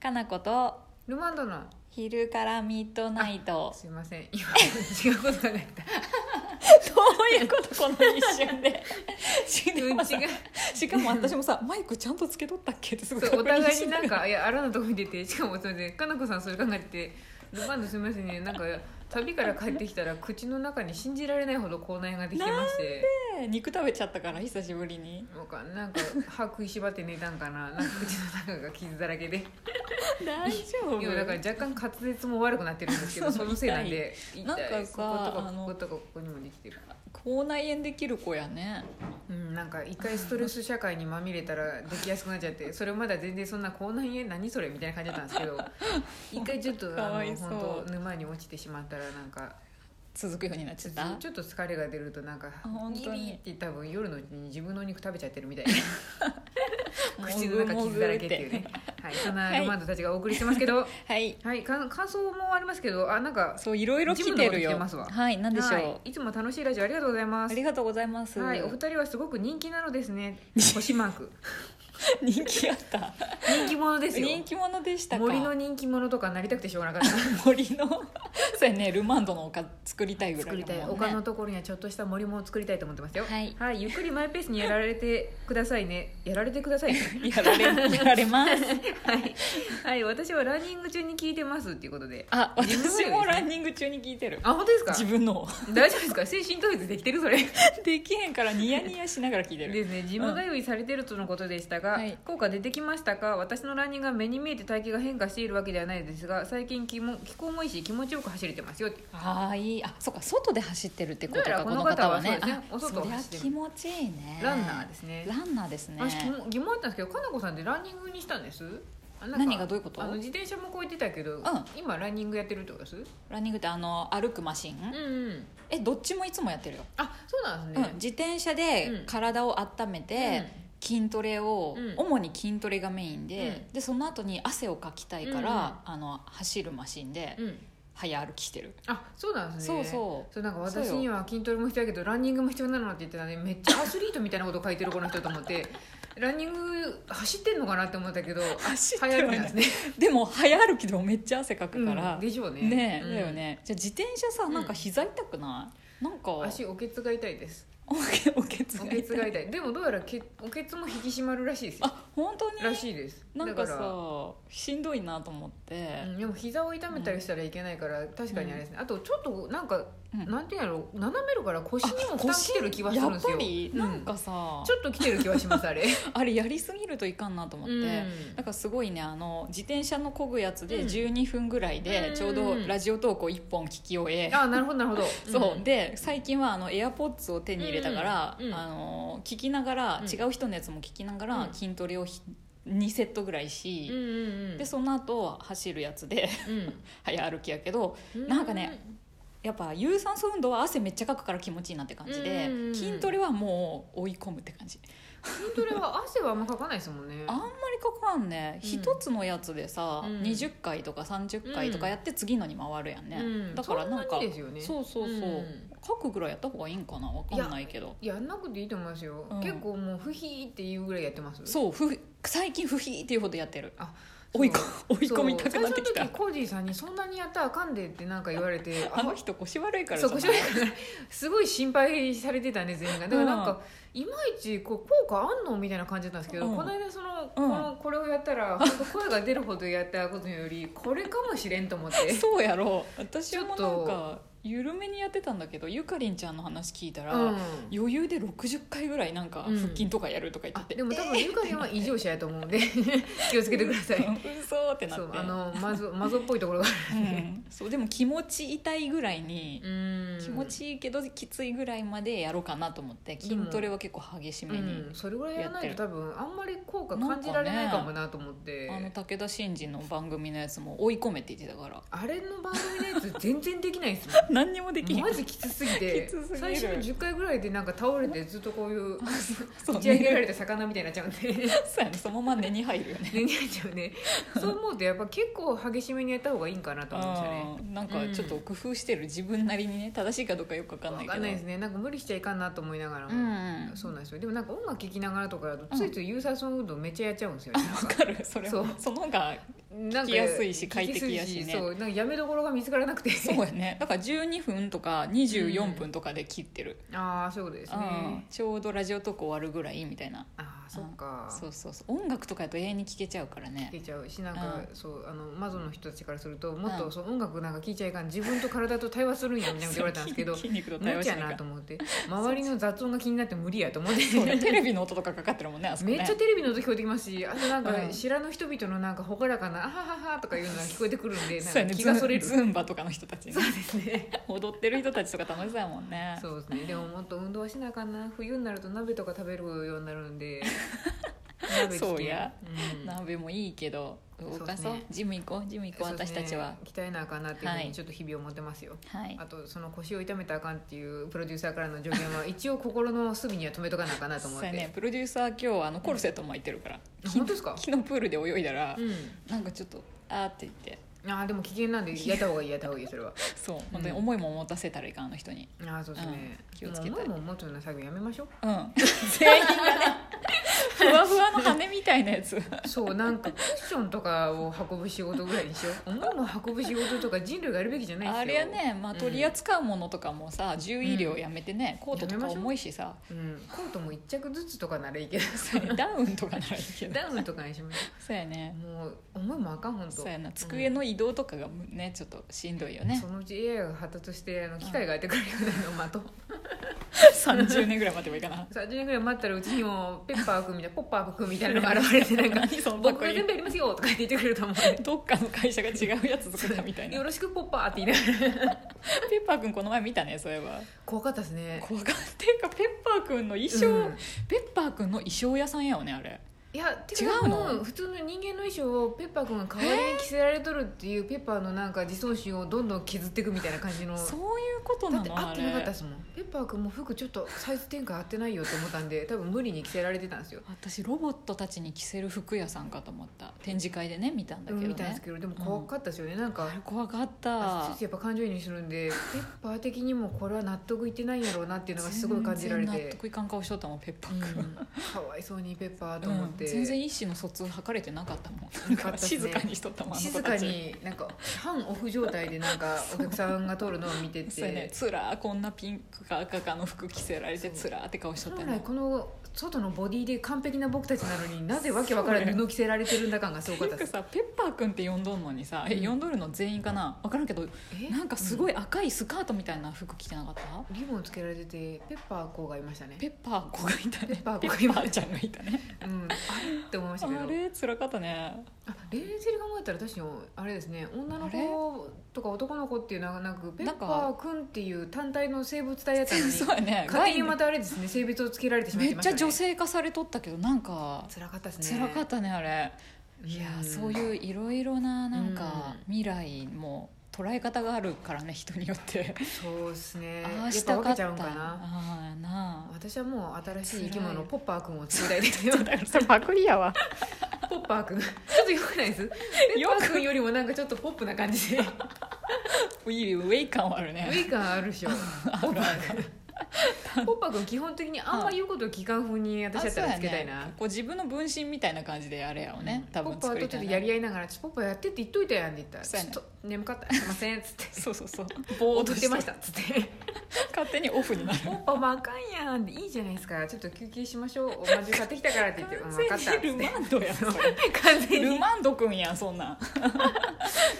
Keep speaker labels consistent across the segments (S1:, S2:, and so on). S1: かなこと
S2: ルマンドの
S1: 昼からミッドナイト
S2: すいません今違うこと考えた
S1: どういうことこの一瞬でしか
S2: うん
S1: も
S2: 違
S1: さしかも私もさマイクちゃんとつけとったっけってすご
S2: う
S1: い
S2: そうお
S1: 確認
S2: 互い
S1: し
S2: に
S1: な
S2: なん
S1: がら
S2: かいやあらぬとこ見ててしかもそれでかなこさんそれ考えててルマンドすいませんねなんか旅から帰ってきたら口の中に信じられないほど口内炎ができてまして
S1: 肉食べちゃったから久しぶりに
S2: なんかなんか歯食いしばって寝たんかななんか口の中が傷だらけで
S1: 大丈夫
S2: 今だから若干滑舌も悪くなってるんですけ ど
S1: そ
S2: そうのせいなんで痛
S1: 痛
S2: い
S1: いなんかさ
S2: ここと
S1: あ
S2: か
S1: の
S2: こことかここにもできてる
S1: 口内炎できる子やね
S2: うんなんか一回ストレス社会にまみれたらできやすくなっち ゃってそれまだ全然そんな口内炎何それみたいな感じだったんですけど一回ちょっと
S1: か
S2: あ
S1: わ
S2: の
S1: いそう
S2: 本当沼に落ちてしまったらなんか
S1: 続くようになっち
S2: ち
S1: ゃ
S2: ょ
S1: った
S2: ちょっと疲れが出るとなんか
S1: あ本
S2: ギ
S1: 当に
S2: リって多分夜のうちに自分のお肉食べちゃってるみたい な口
S1: もぐ
S2: の中
S1: も
S2: 傷
S1: ぐ
S2: だらけっていうねはいそんなルマンドたちがお送りしてますけどはい、
S1: はい
S2: か感想もありますけどあなんか
S1: そういろいろ来てる
S2: ジムの方に来て
S1: よ
S2: ますわ
S1: はい何でしょう、
S2: はい、いつも楽しいラジオありがとうございま
S1: あ
S2: す
S1: りがとうございます、
S2: はい、お二人はすごく人気なのです ね星マーク
S1: 人気あった
S2: 人気者ですよ
S1: 人気者でしたか
S2: 森の人気者とかなりたくてしょうがなかった
S1: 森のそうやねルマンドの丘作りたいぐら
S2: 作
S1: い
S2: り
S1: だ
S2: た
S1: も
S2: い
S1: んね
S2: 丘のところにはちょっとした森も作りたいと思ってますよ
S1: はい
S2: ゆっくりマイペースにやられてくださいねやられてくださいね
S1: やられやられます
S2: はい、はい、私はランニング中に聞いてますっていうことで
S1: あ
S2: 自分の
S1: 私
S2: よ
S1: も
S2: りですね
S1: ランニング中に聞いてる
S2: あ本当ですか
S1: 自分の を
S2: 大丈夫ですか精神統一できてるそれ
S1: できへんからニヤニヤしながら聞いてる
S2: ですねジム通いされてるとのことでしたが、
S1: はい
S2: 効果出てきましたか私のランニングが目に見えて体型が変化しているわけではないですが最近気も気候もいいし気持ちよく走れてますよって
S1: ああいいあそっか外で走ってるってこと
S2: だ
S1: からこ
S2: かこ
S1: の
S2: の
S1: 方
S2: 方
S1: は
S2: は
S1: ね
S2: そうですね
S1: あ
S2: お外
S1: そ
S2: を
S1: りゃ
S2: 走ってる
S1: 気持ちいいね
S2: ランナーですね
S1: ランナーですね
S2: 私疑問疑問あったんですけどかなこさんってランニングにしたんですあなんか
S1: 何がどういうこと
S2: あの自転車もこう言ってたけど、今ランニングやってるってことですう
S1: ランニングってあの歩くマシン、
S2: んうん
S1: えどっちもいつもやってるよ、
S2: あそうなんで
S1: う
S2: す
S1: ん
S2: ね、、
S1: 自転車で
S2: うん
S1: 体を温めて、筋トレを、
S2: うん
S1: 主に筋トレがメインで,、でその後に汗をかきたいから、あの走るマシンで
S2: うんうん
S1: 早歩きしてる、
S2: あそうなんですね
S1: そうそう
S2: そうなんか
S1: そうよ
S2: 私には筋トレも必要だけどランニングも必要なのって言ってたねめっちゃアスリートみたいなこと書いてるこの人と思って ランニング走ってんのかなって思ったけどあ
S1: 走ってる
S2: 早歩きなんですね、
S1: でも早歩きでもめっちゃ汗かくから、
S2: うんでしょうね
S1: ね
S2: うん
S1: だよねじゃあ自転車さ
S2: ん
S1: なんか膝痛くない、なんか
S2: 足おけつが痛 いです
S1: おけおけつ
S2: お
S1: が
S2: けつ
S1: 痛
S2: が
S1: い
S2: 痛いでもどうやらけおけつも引き締まるらしいですよ
S1: あ本当に
S2: らしいです
S1: なんか
S2: だら
S1: さしんどいなと思って、
S2: うんでも膝を痛めたりしたらいけないから、確かにあれですねあとちょっとなんか、
S1: うん
S2: なんていうんやろう斜めるから腰にも負担きてる気はするんですよ
S1: やっぱり
S2: う
S1: なんかさ、
S2: ちょっときてる気はしますあれ
S1: あれやりすぎるといかんなと思って、
S2: うん
S1: だからすごいねあの自転車の漕ぐやつで
S2: うん
S1: 12分ぐらいで
S2: うん
S1: ちょうどラジオ投稿1本聞き終え、
S2: あなるほどなるほど
S1: そう、
S2: ん
S1: で最近はあの AirPods を手に入れたから、
S2: うんうん
S1: あの聞きながら、
S2: うん
S1: 違う人のやつも聞きながら、
S2: うん
S1: 筋トレをひ2セットぐらいし、
S2: うんうんうん
S1: でその後走るやつで 早歩きやけど
S2: うん
S1: なんかねやっぱ有酸素運動は汗めっちゃかくから気持ちいいなって感じで、
S2: うんうんうん
S1: 筋トレはもう追い込むって感じ
S2: 筋トレは汗はあんまかかないですもんね
S1: あんまりかかんね
S2: うん
S1: 一、つのやつでさ、
S2: うん
S1: 20回とか30回とかやって次のに回るやんね、
S2: うん
S1: だからなんか
S2: そんなにですよね
S1: そうそうそう、
S2: うん
S1: 書くぐらいやった方がいいんかなわかんないけど
S2: やんなくていいと思いますよ、
S1: うん
S2: 結構もう不費っていうぐらいやってます
S1: そうふ最近不費っていうほどやってる
S2: あそ う
S1: 追いこ追い込みたく
S2: そう
S1: なってきた
S2: 最初の時コージーさんに「そんなにやったらあかんで」ってなんか言われ て
S1: あの人腰悪いからじ
S2: そ
S1: ゃ
S2: う
S1: ない
S2: 腰悪いからすごい心配されてたね全員がだからなんか、いまいちこう効果あんのみたいな感じだったんですけど、
S1: うん
S2: この間その,、
S1: うん
S2: このこれをやっ たら本当声が出るほどやったことよりこれかもしれんと思って
S1: そうや ろ私も
S2: ちょ
S1: な
S2: っ
S1: んか
S2: と
S1: 緩めにやってたんだけどゆかりんちゃんの話聞いたら、
S2: うん
S1: 余裕で60回ぐらいなんか
S2: うん
S1: 腹筋とかやるとか言
S2: あ
S1: ってて、
S2: でも多分ゆかりんは異常者やと思 うんで気をつけてください
S1: うん 嘘ってなっ
S2: そ
S1: て
S2: うあのマゾマゾっぽいところ が
S1: う
S2: あるんで
S1: ん、そうでも気持ち痛いぐらいに、
S2: うん
S1: 気持ちいいけどきついぐらいまでやろうかなと思って筋トレは結構激しめに、
S2: うん、それぐらいやらないと多分あんまり効果感じられないかもなと思って、
S1: あの武田真治の番組のやつも追い込めって言ってたから
S2: あれの番組のやつ全然できないですもん
S1: 何にもできん
S2: マジきつすぎて
S1: きつすぎる
S2: 最初の10回ぐらいでなんか倒れてずっとこういう
S1: そう
S2: 打ち上げら
S1: ね
S2: れた魚みたいになっちゃうんで
S1: そうやねそのまま根に入るよね
S2: 寝になっちゃうねそう思うとやっぱ結構激しめにやった方がいいんかなと思いましたね
S1: あーなんかちょっと工夫してる自分なりにね正しいかどうかよくわかんないけ
S2: 分
S1: ど
S2: かんないですねなんか無理しちゃいかんなと思いながら
S1: うん
S2: も、そうなんですよでもなん か音楽聴きながらとかだとついつい有酸素運動めっちゃやっちゃうんですよね、
S1: わかるそれは
S2: そう
S1: その方が
S2: なん
S1: 聞
S2: か
S1: きやすいし
S2: 聞
S1: 快
S2: きやすい
S1: 適やしね
S2: そうなんかやめどころが見つからなくて
S1: そうや ねだから12分とか24分とかで切ってる、
S2: ああそういうことですね、
S1: うんちょうどラジオトーク終わるぐらいみたいな
S2: ああそっか
S1: そうそうそう音楽とかやと永遠に聴けちゃうからね
S2: 聞けちゃうしなんか、そうあのマゾの人たちからするともっとそう音楽なんか聴いちゃいかん自分と体と対話するんやみたいなこと言われたんで すけど
S1: 筋肉と対
S2: 無
S1: 話
S2: 理
S1: し
S2: や
S1: なが
S2: な
S1: ら
S2: と思って周りの雑音が気になって無理やと思って
S1: そうねテレビの音とかかかってるもんねあそこ
S2: め
S1: ね
S2: っちゃテレビの音聞こえてきますしあとなん
S1: う
S2: か
S1: ん
S2: 知らぬ人々のなんか朗らかな「あははは」とかいうのが聞こえてくるんで
S1: そう
S2: な
S1: や
S2: ん
S1: ね
S2: か気
S1: ズン
S2: がそれる
S1: ズンバとかの人たちね
S2: そうで すね
S1: 踊ってる人たちとか楽しそうやもんね
S2: そうですねでももっと運動はしなあかんな冬になると鍋とか食べるようになるんで鍋危
S1: そ
S2: 険
S1: うや、
S2: うん
S1: 鍋もいいけど動かそう
S2: そうっすね
S1: ジム行こうジム行こう
S2: そうです
S1: 私
S2: ね
S1: たちは
S2: 鍛えなあかんなっていうふう
S1: はい
S2: にちょっと日々思ってますよ、
S1: はい
S2: あとその腰を痛めたらあかんっていうプロデューサーからの助言は一応心の隅には止めとかなあかんなと思
S1: そ
S2: っ
S1: う
S2: て、
S1: やねプロデューサー今日あのコルセット巻いてるから、
S2: あ本当ですか
S1: 昨日プールで泳いだら、
S2: う
S1: なんかちょっとあーって言って
S2: んああでも危険なんでやった方がいいやった方がいいそれは
S1: そう本当に思いも持たせたらいかんあの人に
S2: ああそうですね、
S1: うん気をつけたい
S2: もうもうもうちょっと作業やめましょう
S1: うん 全員がねふわふわの羽みたいなやつ
S2: そうなんかクッションとかを運ぶ仕事ぐらいにしよ う思いも運ぶ仕事とか人類がやるべきじゃないですよ
S1: あれはね、まあ、
S2: うん
S1: 取り扱うものとかもさ、獣医療やめてねコートと
S2: やめ
S1: か
S2: ましょう
S1: 重いしさ
S2: うん、コートも一着ずつとかならいいけど さ
S1: ダウンとかならいいけど
S2: ダウンとかにしまし
S1: そうや
S2: ょ
S1: ね
S2: うもう思いもあかんほんと
S1: そうやな机の移動とかがねちょっとしんどいよね
S2: そのうち AI が発達してあの機械がやってくれるようになるのを待とう
S1: 30年ぐらい待てばいいかな
S2: 30年ぐらい待ったらうちにもペッパー君みたいなポッパー君みたいなのが現れてな んか
S1: 何その
S2: 「
S1: どこ
S2: 僕が全部やりますよ」とか言ってくれると思う
S1: どっかの会社が違うやつ作ったみたいな
S2: よろしくポッパー」って言いながら
S1: ペッパーくんこの前見たねそういえば
S2: 怖かったですね
S1: 怖がっていうかペッパーくんの衣装、
S2: うん
S1: ペッパーくんの衣装屋さんやよねあれ
S2: いやてか
S1: 違うの
S2: もう普通の人間の衣装をペッパー君が代わりに着せられとるっていうペッパーのなんか自尊心をどんどん削っていくみたいな感じの
S1: そういうこと
S2: だ
S1: な
S2: って
S1: の
S2: 合
S1: あれ
S2: ってなかったですもんペッパー君も服ちょっとサイズ展開合ってないよと思ったんで多分無理に着せられてたんですよ
S1: 私ロボットたちに着せる服屋さんかと思った展示会でね見たんだけ
S2: うん
S1: ど
S2: 見たんで
S1: ね
S2: すけどでも怖かったですよね、なんか
S1: 怖かっ
S2: あ
S1: た
S2: ついついやっぱ感情移入するんでペッパー的にもこれは納得いってないんやろうなっていうのがすごい感じられ
S1: 全然納
S2: て、
S1: 得いかん顔しとったもんペッパ
S2: う
S1: ーくん、
S2: ん、かわいそうにペッパーと思って、
S1: うん全然意思の疎通図れてなかったもん
S2: なかったっすね
S1: 静かにしとったもんあの子
S2: 静
S1: た
S2: か
S1: ち
S2: になんか半オフ状態でなんかお客さんが通るのを見て
S1: そうやね
S2: て
S1: つらーこんなピンクか赤かの服着せられて
S2: そ
S1: つ
S2: う
S1: らーって顔しとった
S2: 本
S1: よ
S2: 来
S1: ね
S2: この外のボディで完璧な僕たちなのになぜわけわからない布着せられてるんだ感がすごかっ
S1: な
S2: た
S1: ん
S2: で
S1: か
S2: す
S1: さペッパーくんって呼んどんのにさ、え
S2: うん
S1: 呼んどるの全員かな分からんけど
S2: え
S1: なんかすごい赤いスカートみたいな服着てなかった、
S2: リボンつけられててペッパー子がいましたね
S1: ペッパー子がいたね
S2: ペッパー
S1: ペ
S2: 子が
S1: ッ
S2: い
S1: パ
S2: ま
S1: ーちゃんがいたね
S2: うんあれって思いましたけど
S1: あれつらかったね
S2: あ冷静に考えたら確かにあれですね女の子とか男の子っていうのはなくペッパーくんっていう単体の生物体やったの に
S1: そうやね
S2: 勝手にま
S1: 概
S2: たあれですね性別をつけられてしまっ
S1: 念め
S2: て
S1: っ
S2: まし
S1: ち
S2: た、
S1: ゃ
S2: ね、
S1: 女性化されとったけどなんか
S2: 辛かったです
S1: つ
S2: ね
S1: らかったねあれ
S2: うん
S1: いやーそういういろいろななんか
S2: うん
S1: 未来も捉え方があるからね人によって
S2: そうですね
S1: あ
S2: や
S1: あ
S2: っ
S1: し
S2: ぱ
S1: た
S2: 分
S1: か
S2: け
S1: っ
S2: ち
S1: た
S2: ゃうんかな
S1: ああなあ
S2: 私はもう新しい生き
S1: 辛
S2: 物
S1: い
S2: ポッパーくんを作りたいですよ
S1: だからそれパクリやわ
S2: ポッパーくんちょっとよくないですペッパーくんよりもなんかちょっとポップな感じでウ
S1: いいウェイ感はあるね
S2: ィー感ある でしょポッパーくんポッパーくん基本的にあんま言うことを聞かん風に私だったらつけた
S1: あ
S2: い
S1: そうや
S2: な
S1: ね、こう自分の分身みたいな感じであれやをね、多
S2: ポッ
S1: 分
S2: パ
S1: 作
S2: ー
S1: り
S2: と
S1: た
S2: ちょっ
S1: いな
S2: とやり合いながら「ちょポッパーやってって言っといたやん」って言ったら「
S1: そうや
S2: ちょ
S1: ね
S2: っと眠かったすいません」っ つって
S1: そうそうそう
S2: 「
S1: ぼーっと
S2: 踊ってました」っつって
S1: 勝手にオフになる
S2: 「ポッパーもあかんやん」いいじゃないですかちょっと休憩しましょうおまんじゅう買ってきたから」って 言って「うん分かった」っつ
S1: 完
S2: っ
S1: 全にル
S2: て
S1: マンドやんそれ
S2: 完全
S1: ル
S2: に
S1: マンドくんやんそんなん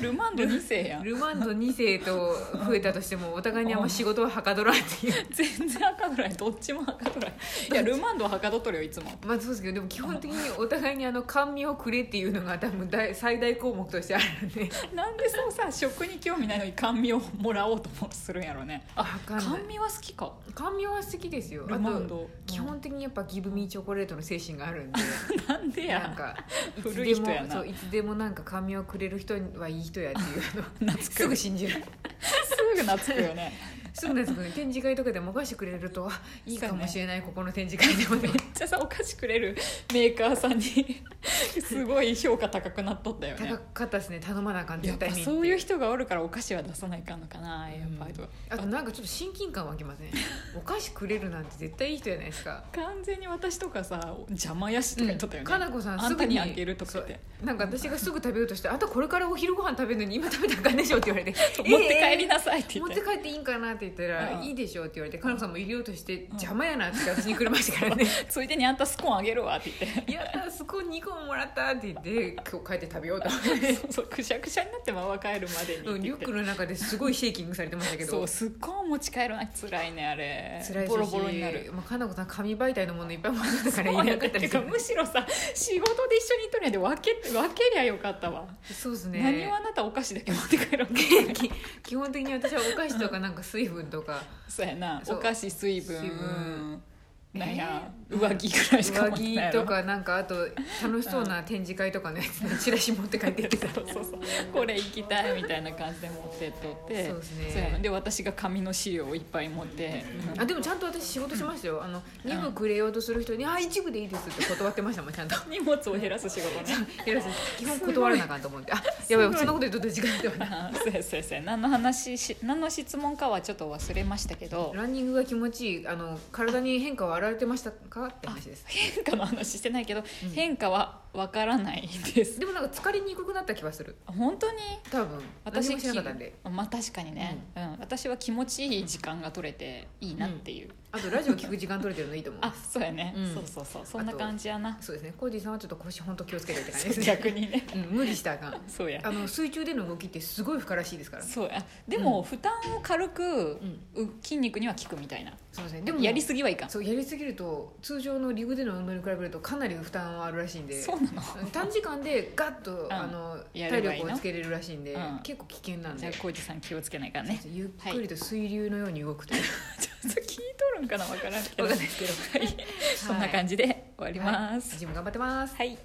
S1: ルマンド2世やん
S2: ルマンド2世と増えたとしてもお互いにあんま仕事ははかどらんっていう
S1: 全然赤ぐらいどっちも赤ぐらいいやルマンドははかどっとるよいつも
S2: まあそうですけどでも基本的にお互いにあの甘味をくれっていうのが多分大最大項目としてあるんで
S1: なんでそうさ食に興味ないのに甘味をもらおうともするんやろね
S2: あわかんない
S1: 甘味は好きか
S2: 甘味は好きですよあ
S1: ルマン
S2: と
S1: ド
S2: 基本的にやっぱギブミーチョコレートの精神があるんで
S1: なんでや
S2: なんかいつ
S1: 古い
S2: で
S1: 人
S2: も
S1: やな
S2: そういつでもなんか 甘味をくれる人はいい人やっていうの
S1: 懐く
S2: すぐ信じる
S1: すぐ懐くよね
S2: すぐなつくん展示会とかでもお菓子くれるといいかもしれない、ここの展示会でも ね
S1: めっちゃさお菓子くれるメーカーさんに すごい評価高くなっとったよね
S2: 高かったですね頼まなあかん
S1: や
S2: 絶
S1: っぱ
S2: 対に
S1: そういう
S2: 人
S1: 人がおるからお菓子は出さないかんのかなやっぱりとか、
S2: あとなんかちょっと親近感湧きませんお菓子くれるなんて絶対いい人じゃないですか
S1: 完全に私とかさ邪魔やしとか言っとったよね、
S2: かなこさん
S1: あ
S2: す
S1: んた
S2: ぐ
S1: にあげるとか言って
S2: そうなんか私がすぐ食べようとして「あんたこれからお昼ご飯食べるのに今食べたらあかんでしょ」って言われて「
S1: 持って帰り
S2: な
S1: なさいって言
S2: 持
S1: っ
S2: ってて帰っていいんかなって言ったら
S1: う
S2: 「
S1: ん
S2: いいでしょ」って言われてかなこさんも入れようとして「邪魔やな」って言って私にくれましたか らね
S1: ついでにあんたスコーンあげるわって言っ
S2: 「いやーそこ2個ももらった」って言って今日帰って食べようと思って
S1: てそうそうくしゃくしゃになってママ帰るまでにって
S2: うんリ
S1: 言
S2: ュ
S1: っ
S2: ッ
S1: て
S2: クの中ですごいシェイキングされてましたけど
S1: そうスコーン持ち帰るのは辛いねあれ
S2: 辛いし
S1: ボロボロになる
S2: まあ、かなこさん紙媒体のものいっぱい持ってたから
S1: そう
S2: 入れ
S1: や
S2: なか
S1: ね
S2: った
S1: て
S2: り
S1: かむしろさ仕事で一緒にいとるんやで分け分けりゃよかったわ、
S2: そうですね
S1: 何をあなたお菓子だけ持って帰ろうって
S2: き基本的に私はお菓子とかなんか水分とか
S1: そうやな
S2: そ
S1: お
S2: う
S1: 菓子水分
S2: 水分
S1: なんや、上着ぐら いしか
S2: 上
S1: 持って
S2: 着
S1: ない
S2: とかなんかあと楽しそうな展示会とかのやつのチラシ持って帰ってきて た
S1: そうそうそうこれ行きたいみたいな感じで持ってっとって
S2: そうですね
S1: やなで私が紙の資料をいっぱい持って、うん
S2: あでもちゃんと私仕事しましたよあの2部くれようとする人に「あ一部でいいです」って断ってまし たもんちゃんと。
S1: 荷物を減らす仕事 ね
S2: 平瀬さん基本断らなあかんと思ってあやばい
S1: すごい
S2: そんなこと言うとったら時間では ない
S1: あそうやそうやそうや何の話し何の質問かはちょっと忘れましたけど
S2: ランニングが気持ちいいあの体に変化は現れてましたかって話です
S1: 変化の話してないけど、
S2: うん
S1: 変化はわからないです
S2: でもなんか疲れにくくなった気はする
S1: 本当に
S2: 多分私もしなかったんで
S1: まあ確かにね、うん私は気持ちいい時間が取れていいなっていう、
S2: あとラジオ聞く時間取れてるのいいと思う
S1: あそうやね、
S2: うん
S1: そうそうそうそんな感じやな
S2: そうですねコージーさんはちょっと腰本当気をつけてって感じですね
S1: 逆にね
S2: うん、無理したらあかん
S1: そうや
S2: あの水中での動きってすごい負荷らしいですから、
S1: そうやでも、負担を軽く
S2: う、ん、
S1: う筋肉には効くみたいな
S2: そうですねでも
S1: やりすぎはいかんそ
S2: そうやりすぎると通常のリグでの運動に比べるとかなり負担はあるらしいんで
S1: うなの
S2: うん短時間でガッと、
S1: ん
S2: あの
S1: や
S2: 体
S1: ればいいの
S2: 力をつけれるらしいんで、
S1: うん
S2: 結構危険なん
S1: じ
S2: で
S1: ゃあ浩二さん気をつけないからね
S2: ゆっくりと水流のように動くという、
S1: ちょっと聞いとるんかなわからんけど
S2: わかんないですけど
S1: はい、そんな感じで終わります
S2: ジム頑張ってます
S1: はい